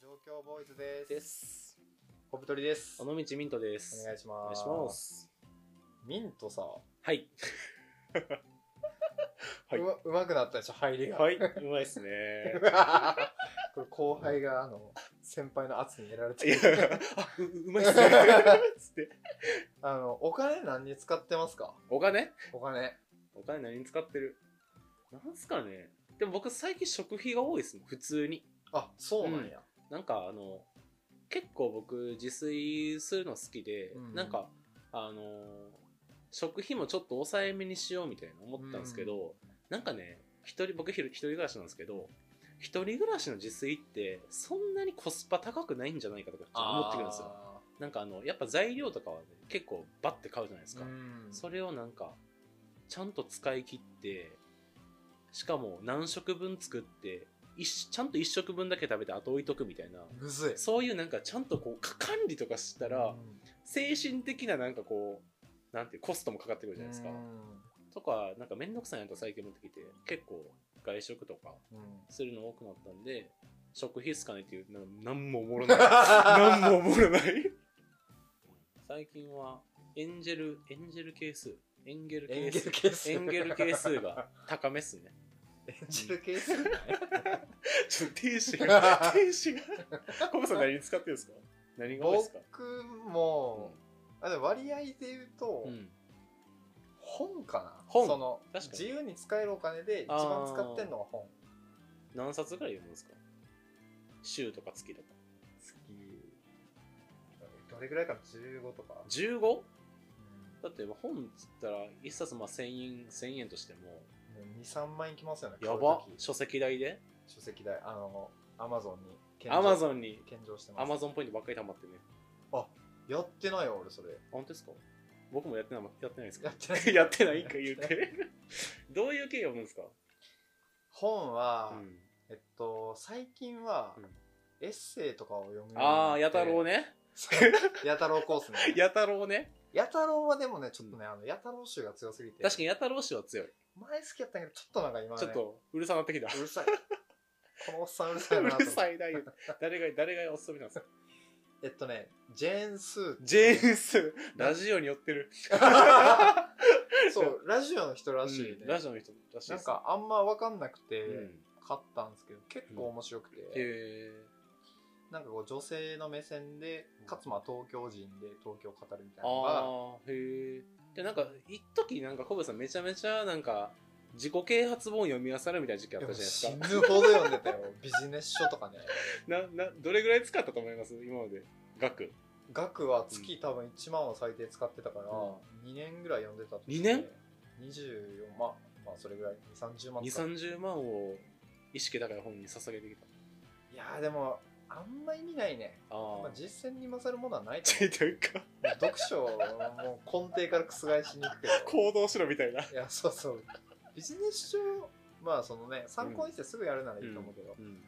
東京ボーイズです。です。小太りです。尾お道ミントです。願いします。お願いします。ミントさ、はい。はいうまうまくなったでしょ、入りが。はい。うまいっすね。 これ後輩が、あの、先輩の圧にやられ いやてる。、 あううまいっすね。 つって。あの、お金何に使ってますかお金お金。お金何に使ってるなんすかね。でも僕最近食費が多いですね。普通に。あ、そうなんや。なんかあの、結構僕自炊するの好きで、うんなんか、あの、食費もちょっと抑えめにしようみたいな思ったんですけど、なんかね、一人、僕ひろ一人暮らしなんですけど、一人暮らしの自炊ってそんなにコスパ高くないんじゃないかとかちょっと思ってくるんですよ。なんかあの、やっぱ材料とかは、ね、結構バッて買うじゃないですあーか。うん。それをなんか、ちゃんと使い切って、しかも何食分作って、一ちゃんと一食分だけ食べて後置いとくみたいな。むずい。そういうなんかちゃんとこうか管理とかしたら、うん精神的ななんかこう、なんていうコストもかかってくるじゃないですか。うんとか、なんかめんどくさいなと最近思ってきて、結構外食とかうんするの多くなったんで、食費っすかねっていう、ななんもおもろ ない。なんもおもろない。 最近は、エンジェル、エンジェル係数。エンゲルエン係ゲ数ル。係数。エンゲル係数が。高めっすね。エンゲル係数ちょっと天使が、天使が。 コブさん何に使ってるんですか何が多いですか僕も、あでも割合で言うと、うん。本かな本その確かに自由に使えるお金で一番使ってんのは本何冊ぐらい読むんですか週とか月とか。月どれぐらいかな15とか、 15? うだって本っつったら、一冊まあ1000円、1000円としても、ん、23万いきますよねや買うば時書籍代で書籍代あのアマゾンに献上アマゾンに、献上してますアマゾンポイントばっかり貯まってね。やってないよ俺それあ本当ですか僕もやってない、やってないですやかってない やってないんか言うて。どういう系読むんですか本は、うんえっと最近は、うんエッセイとかを読むようになってああ、やたろうね。やたろうコー スねやたろうね。やたろうはでもねちょっとね、あのやたろう集が強すぎて確かにやたろう氏は強い。前好きやったんやけどちょっとなんか今、ね、ちょっと、うるさなってきた。うるさい。このおっさんうるさういなと思ってるさいな言うて。誰が、誰がおすすめなんですかえっとね、ジェーン・スー。ジェーンス、ラジオに寄ってる。 そう、ラジオの人らしいねうん。ラジオの人らしいなでんす。かあんま分かんなくてうん、買ったんですけど、結構面白くて、へえ。なんかこう女性の目線で、かつまあ東京人で東京を語るみたいなのが、ああ、へえ。で、なんか、一時なんか、コブさんめちゃめちゃ、なんか、自己啓発本読み漁るみたいな時期あっでたもじゃないです死かぬ。ほど読んでたよ。ビジネス書とかね。な、な、どれぐらい使ったと思います今まで。額。額は月多分1万を最低使ってたから、う2年ぐらい読んでたとして二年 ?24 万、まあそれぐらい、2、30万2、使って30万を意識高い本に捧げてきた。いやーでも、あんま意味ないね。あまああ。実践に勝るものはないとちょいというか、思う読書をもう根底から覆しに行く けど行動しろみたいな。いやそうそうビジネス書まあそのね参考にしてすぐやるならいいと思うけど、うん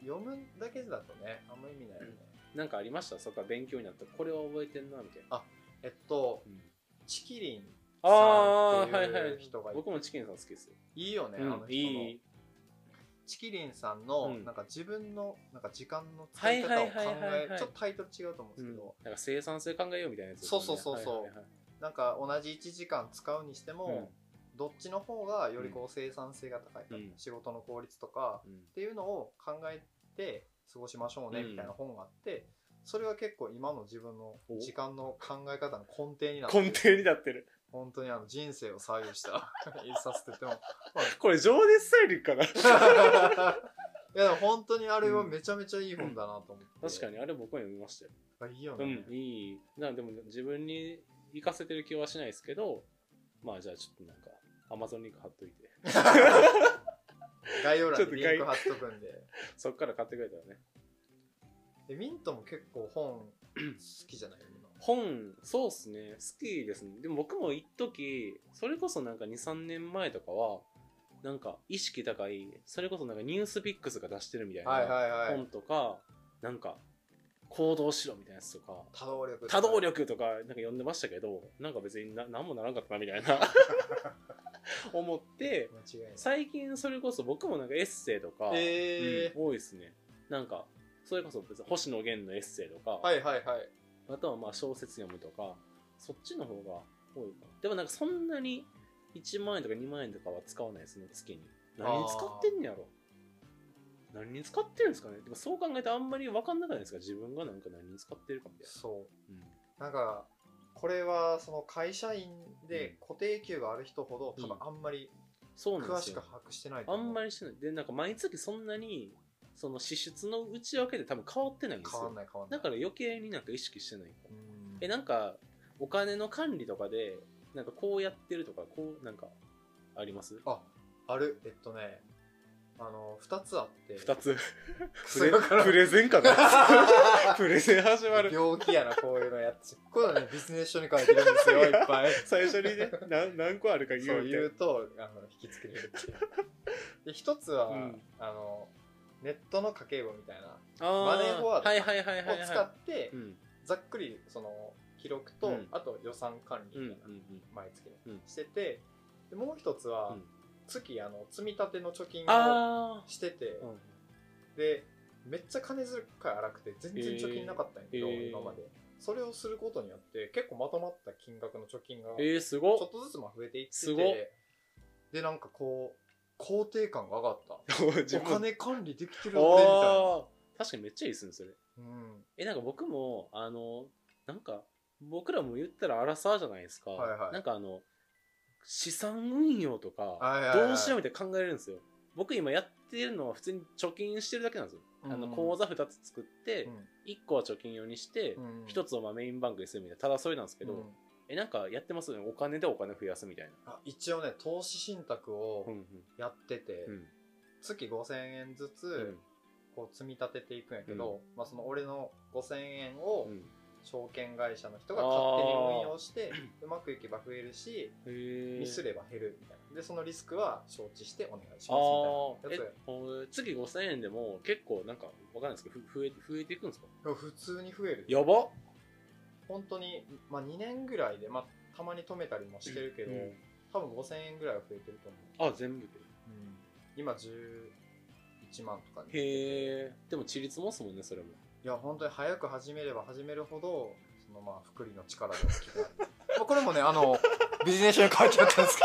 読むだけだとねあんま意味ないよね、なんかありましたそっか、勉強になった。これは覚えてんな、みたいな。えっとうんチキリンああ、さんはっいて。はいいう人がいて僕もチキンさん好きですよ。いいよね、うあの人ん、のいい。チキリンさんの、うんなんか自分のなんか時間の使いは方をい考はいはいはいえはいちょっとタイトル違うと思うんですうけんど、、なんか生産性考えようみたいなやつですよね、そうそうそうそうはいはいはいなんか同じ1時間使うにしても、うんどっちの方がよりこう生産性が高いか、うん仕事の効率とかうんっていうのを考えて過ごしましょうねうんみたいな本があって、それは結構今の自分のお時間の考え方の根底になってる根底になってる。本当にあの人生を左右した 一冊って言ってもこれ、情熱大陸かないやでも本当にあれはめちゃめちゃいい本だなと思って、確かに、あれ僕も読みましたよ。にいいようね、ん、いい。なんでも、自分に活かせてる気はしないですけど、まあ、じゃあちょっとなんか、アマゾンリンク貼っといて、 概要欄ちょっにとリ概ンク貼っとくんでそっから買ってくれたらね。でミントも結構本好きじゃないみんな本、そうっすね。好きですね。でも僕も一時、それこそなんか2、3年前とかは、なんか意識高い、それこそなんかニュースピックスが出してるみたいはいなはいはい本とか、なんか行動しろみたいなやつとか、多動力多動力とかなんか読んでましたけど、なんか別にな何もならんかったなみた いな思って、間違いない最近それこそ僕もなんかエッセイとか、えーうん多いですね。なんか、それこそ別に星野源のエッセイとか、はいはいはい。あとはまあ小説読むとか、そっちの方が多いかな。でもなんかそんなに1万円とか2万円とかは使わないですね、月に。何に使ってんねやろ何に使ってるんですかねでもそう考えてあんまり分かんなくないですか自分がなんか何に使ってるかみたいそう。な。なんか、これはその会社員で固定給がある人ほど、うん多分あんまりうん、そうなん詳ですしよ。く把握してないとあ思うんまりしてない。で、なんか毎月そんなに、その支出の内訳で多分変わってないんです変わんよ。ない変わんなだい。から余計になんか意識してない。うんえ、なんか、お金の管理とかで、なんかこうやってるとか、こう、なんか、ありますあ、ある、えっとね、あの、二つあって。二つ。く プそレよからん プレゼンかなプレゼン始まる。病気やな、こういうのやって。こういうのね、ビジネス書に書いてるんですよ、いっぱい。最初にね、何何個あるか言そううみ言うたと、あの、引きつけれるっていう。で、一つは、うんあの、ネットの家計簿みたいな、いな。あーマネーフォワードはいはいはいはい、をはい。使ってう、ん。ざっくり、その、記録と、うんあと予算管理うんうんみうたいな、ん。毎月ね、うんしてて、でもう一つは、うん月、あの、積み立ての貯金をあしててー。、うんでめっちゃ金遣い荒くて全然貯金なかったんやけど、えー今までそれをすることによって結構まとまった金額の貯金がちえー、すょごっとずつまあ増えていってすごってでなんかこう肯定感が上がったっ。 自お分金管理できてる俺みたいな、あー確かにめっちゃいいですね、それ。うん、え、なんか僕も、あの、なんか、僕らも言ったらアラサーじゃないですか。はいはいなんかあの、資産運用とか、いはいはいどうしようみたいな考えれるんですよ。僕今やってるのは普通に貯金してるだけなんですよ。あの、口座2つ作って、1個は貯金用にして、1つつをまあメインバンクにするみたいな、ただそれなんですけど、え、なんかやってますよね。お金でお金増やすみたいな。あ一応ね投資信託をうん、やってて、うん、月5000円ずうつん、こう積み立てていくんやけど、まあ、その俺の5000円を、うん。証券会社の人が勝手に運用してうまくいけば増えるしへーミスれば減るみたいなでそのリスクは承知してお願いしああますみたいなやつー、え、お月5000円でも結構なんかわかんないですけど、ふ増え増えていくんですかいや普通に増えるやば本当にまあ2年ぐらいでまあたまに止めたりもしてるけど、うん多分5000円ぐらいは増えてると思う、あ、全部で。今11万とかねへえ。でも、地立もっすもんね、それも。いや本当に早く始めれば始めるほどそのまあ福利の力が大きくなるまあこれもねあのビジネス書に書いてあったんですけ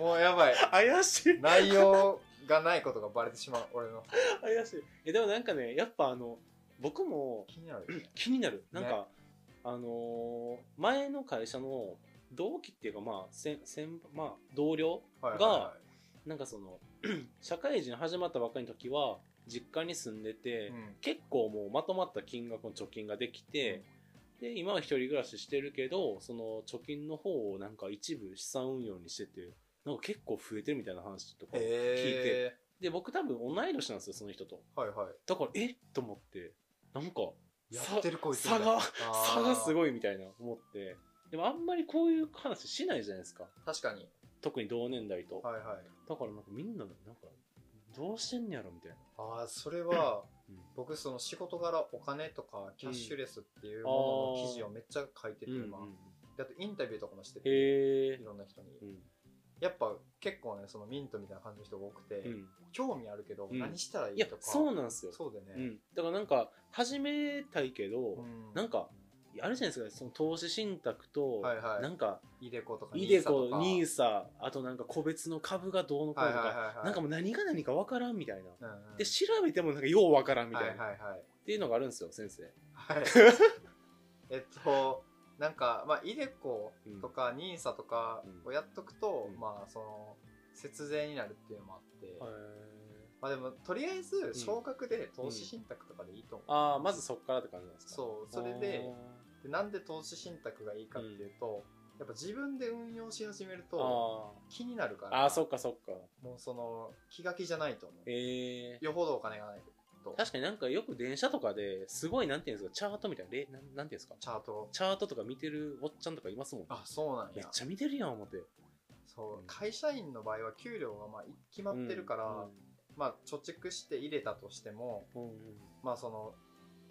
ど もうやばい怪しい内容がないことがバレてしまう俺の怪しい。え、でもなんかね、やっぱあの、僕も気になるよね気になる。なんか、あのー前の会社の同期っていうか、まあ、先、先、まあ、同僚はいはいがはなんかその、 社会人始まったばっかりの時は、実家に住んでいて、うん結構もうまとまった金額の貯金ができて、で今は一人暮らししてるけどその貯金の方をなんか一部資産運用にしててなんか結構増えてるみたいな話とか、えで僕多分同い年なんですよその人とー、はいはだからえっと思ってなんかいやってるこいつ差が差がすいごいみたいな思ってでもあんまりこういう話しないじゃないですか確かに特に同年代と、はいはいだからなんかみんななんかどうしてんねやろみたいなああそれは、うん僕その仕事柄お金とかキャッシュレスっていうものの記事をめっちゃ書いてて、今、うんうんだってインタビューとかもしててへえいろんな人にうんやっぱ結構ねそのミントみたいな感じの人が多くて、うん興味あるけど、うん何したらいいいやとかそうなんですよそうでうね、ん、だからなんか始めたいけど、うんなんかあるじゃないですかその投資信託と、はいはいなんかイデコとかイデコニニーーサあとなんか個別の株がどうのこうサのととかか、はいはいはいはいなんかもう何が何かわからんみたいな、うんうんで調べてもなんかようわからんみたいな、はいはいはいっていうのがあるんですよ先生はい。 えっと、なんか、まあ、イデコとか、ニーサとかをやっとくと、うんまあ、その、節税になるっていうのもあって、へーまあでも、とりあえず、少額で投資信託とかでいいと思う。ああまずそっからって感じなんですかそう、それでで、なんで投資信託がいいかっていうと、やっぱ自分で運用し始めるあーと気になるから、あーあーそっかそっかもうその、気が気じゃないと思う。ええよほどお金がないと。確かになんかよく電車とかですごいなんていうんですかチャートみたいなれなんなんていうんですかチャート。チャートとか見てるおっちゃんとかいますもんねあ、そうなんめっや。ちゃ見てるやん思ってそう、会社員の場合は給料がまあ決まってるから、まあ、貯蓄して入れたとしても、うんうんうんうんまあ、その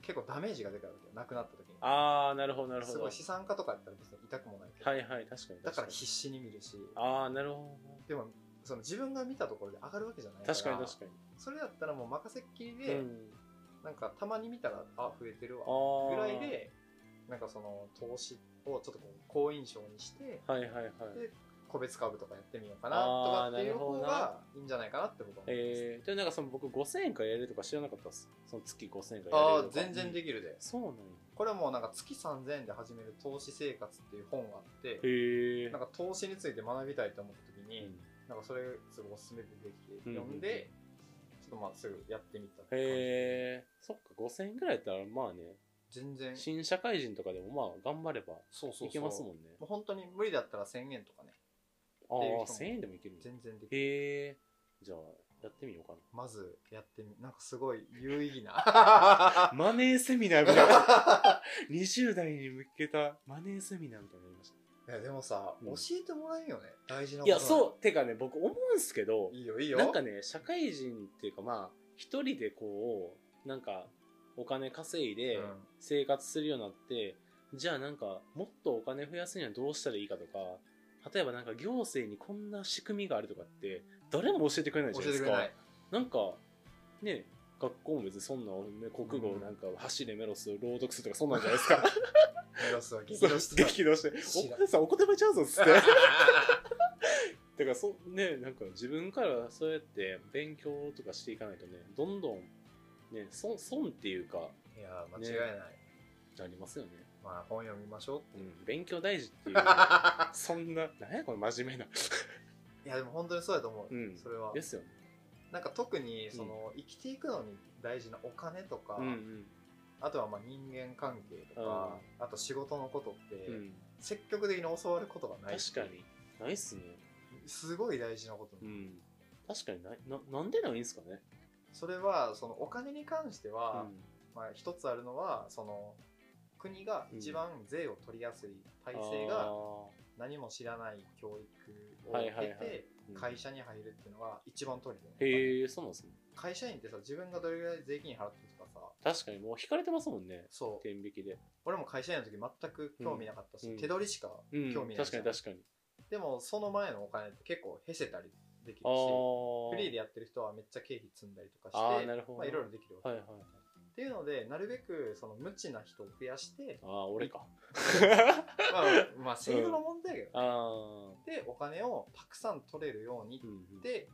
結構ダメージがでかいわけよなくなった時にああなるほどなるほすどごはい資産家とかやったら別に痛くもないけど、いはい確かにだから確必死に見るしかにああなるほでもその自分が見たところで上がるわけじゃないどから確かに確かにそれだったらもう任せっきりうでんなんかたまに見たらあ増えてるわあぐあらいでなんかその投資をちょっとこう好印象にしてはいはいはいで個別株とかやってみようかなとかっていう方がいいんじゃないかなって僕は思います、えー、でもなんかその僕5000円からやれるとか知らなかったですその月5000円からやれあるあとか全然できるでそうなんやこれはもうなんか月3000円で始める投資生活っていう本があってへえなんか投資について学びたいと思った時うにんなんかそれすごいおすすめでできてうん読んでちょっとまあすぐやってみたって感じへえそっか5000円ぐらいやったらまあね全然新社会人とかでもまあ頑張ればそうそうそういけますもんねもう本当に無理だったら1000円とかねっていうああ人も1000円でもいけるんだ全然できるへえじゃあやってみようかまずやってみなんかすごい有意義 ななマネーセミナーみたいな 20代に向けたマネーセミナーみたいになりましたいやでもさ、うん教えてもらえんよね大事なこといやうそうてかね僕思うんすけどいいよいいよなんかね社会人っていうかまあ一人でこうなんかお金稼いでうん生活するようになって、じゃあなんかもっとお金増やすにはどうしたらいいかとか例えばなんか行政にこんな仕組みがあるとかって誰も教えてくれないじ教ゃえないでてすくれかな いなんかね学校も別にそんな、ね、国語なんか走れメロスを朗読するとかそんなんじゃないですかメロスは激そう怒してた激怒して知らん「お母さんお言葉ちゃうぞ」っつって。 だからそねなんか自分からそうやって勉強とかしていかないとねどんどんね損損っていうかいや間違いない、なりますよね、まあ本読みましょうってう、いうん勉強大事 っていうそんななんやこの真面目ないやでも本当にそうやと思う、うんそれはですよねなんか特にその、生きていくのに大事なお金とか、うんあとはまあ人間関係とか、あと仕事のことって、うん、うん、積極的に教わることがない確かにないっすねすごい大事なこと、うん確かにないななんでないんすかね、それはそのお金に関してうは、ん、まあ、一つあるのはその国が一番税を取りやすい体制あがー何も知らない教育をはい受はいけはいてうん会社に入るっていうのが一番取れてるへえそうなんですね会社員ってさ自分がどれぐらい税金払ってるとかさ確かにもう引かれてますもんねそう天引きで、俺も会社員の時全く興味なかったし、うん手取りしかうん、興味ない確じかゃにん確かにでもその前のお金って結構へせたりできるしああフリーでやってる人はめっちゃ経費積んだりとかあしーてなるほどまあ、いろいろできるわけ、はいはいっていうのでなるべくその無知な人を増やして、ああ俺か まあ、まあ制度の問題だけどね、ああでお金をたくさん取れるようにうんっうん、て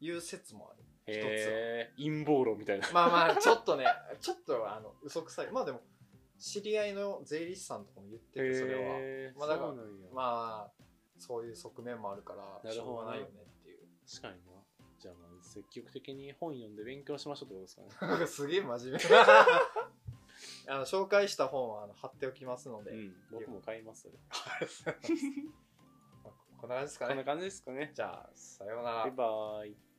いう説もあるへー陰謀論みたいなまあまあちょっとね ちょっとあの嘘くさいまあでも知り合いの税理士さんとかも言っててそれは、へーまあだからそうなんやまあそういう側面もあるからなしるょほうどがなねいよねっていう確かになじゃあまあ積極的に本読んで勉強しましょうってことですかねなんかすげえ真面 目あの紹介した本はあの貼っておきますので、うん僕も買 いますそれまあこんな感じですかこんなね感じですかねじゃあさようならバイバーイ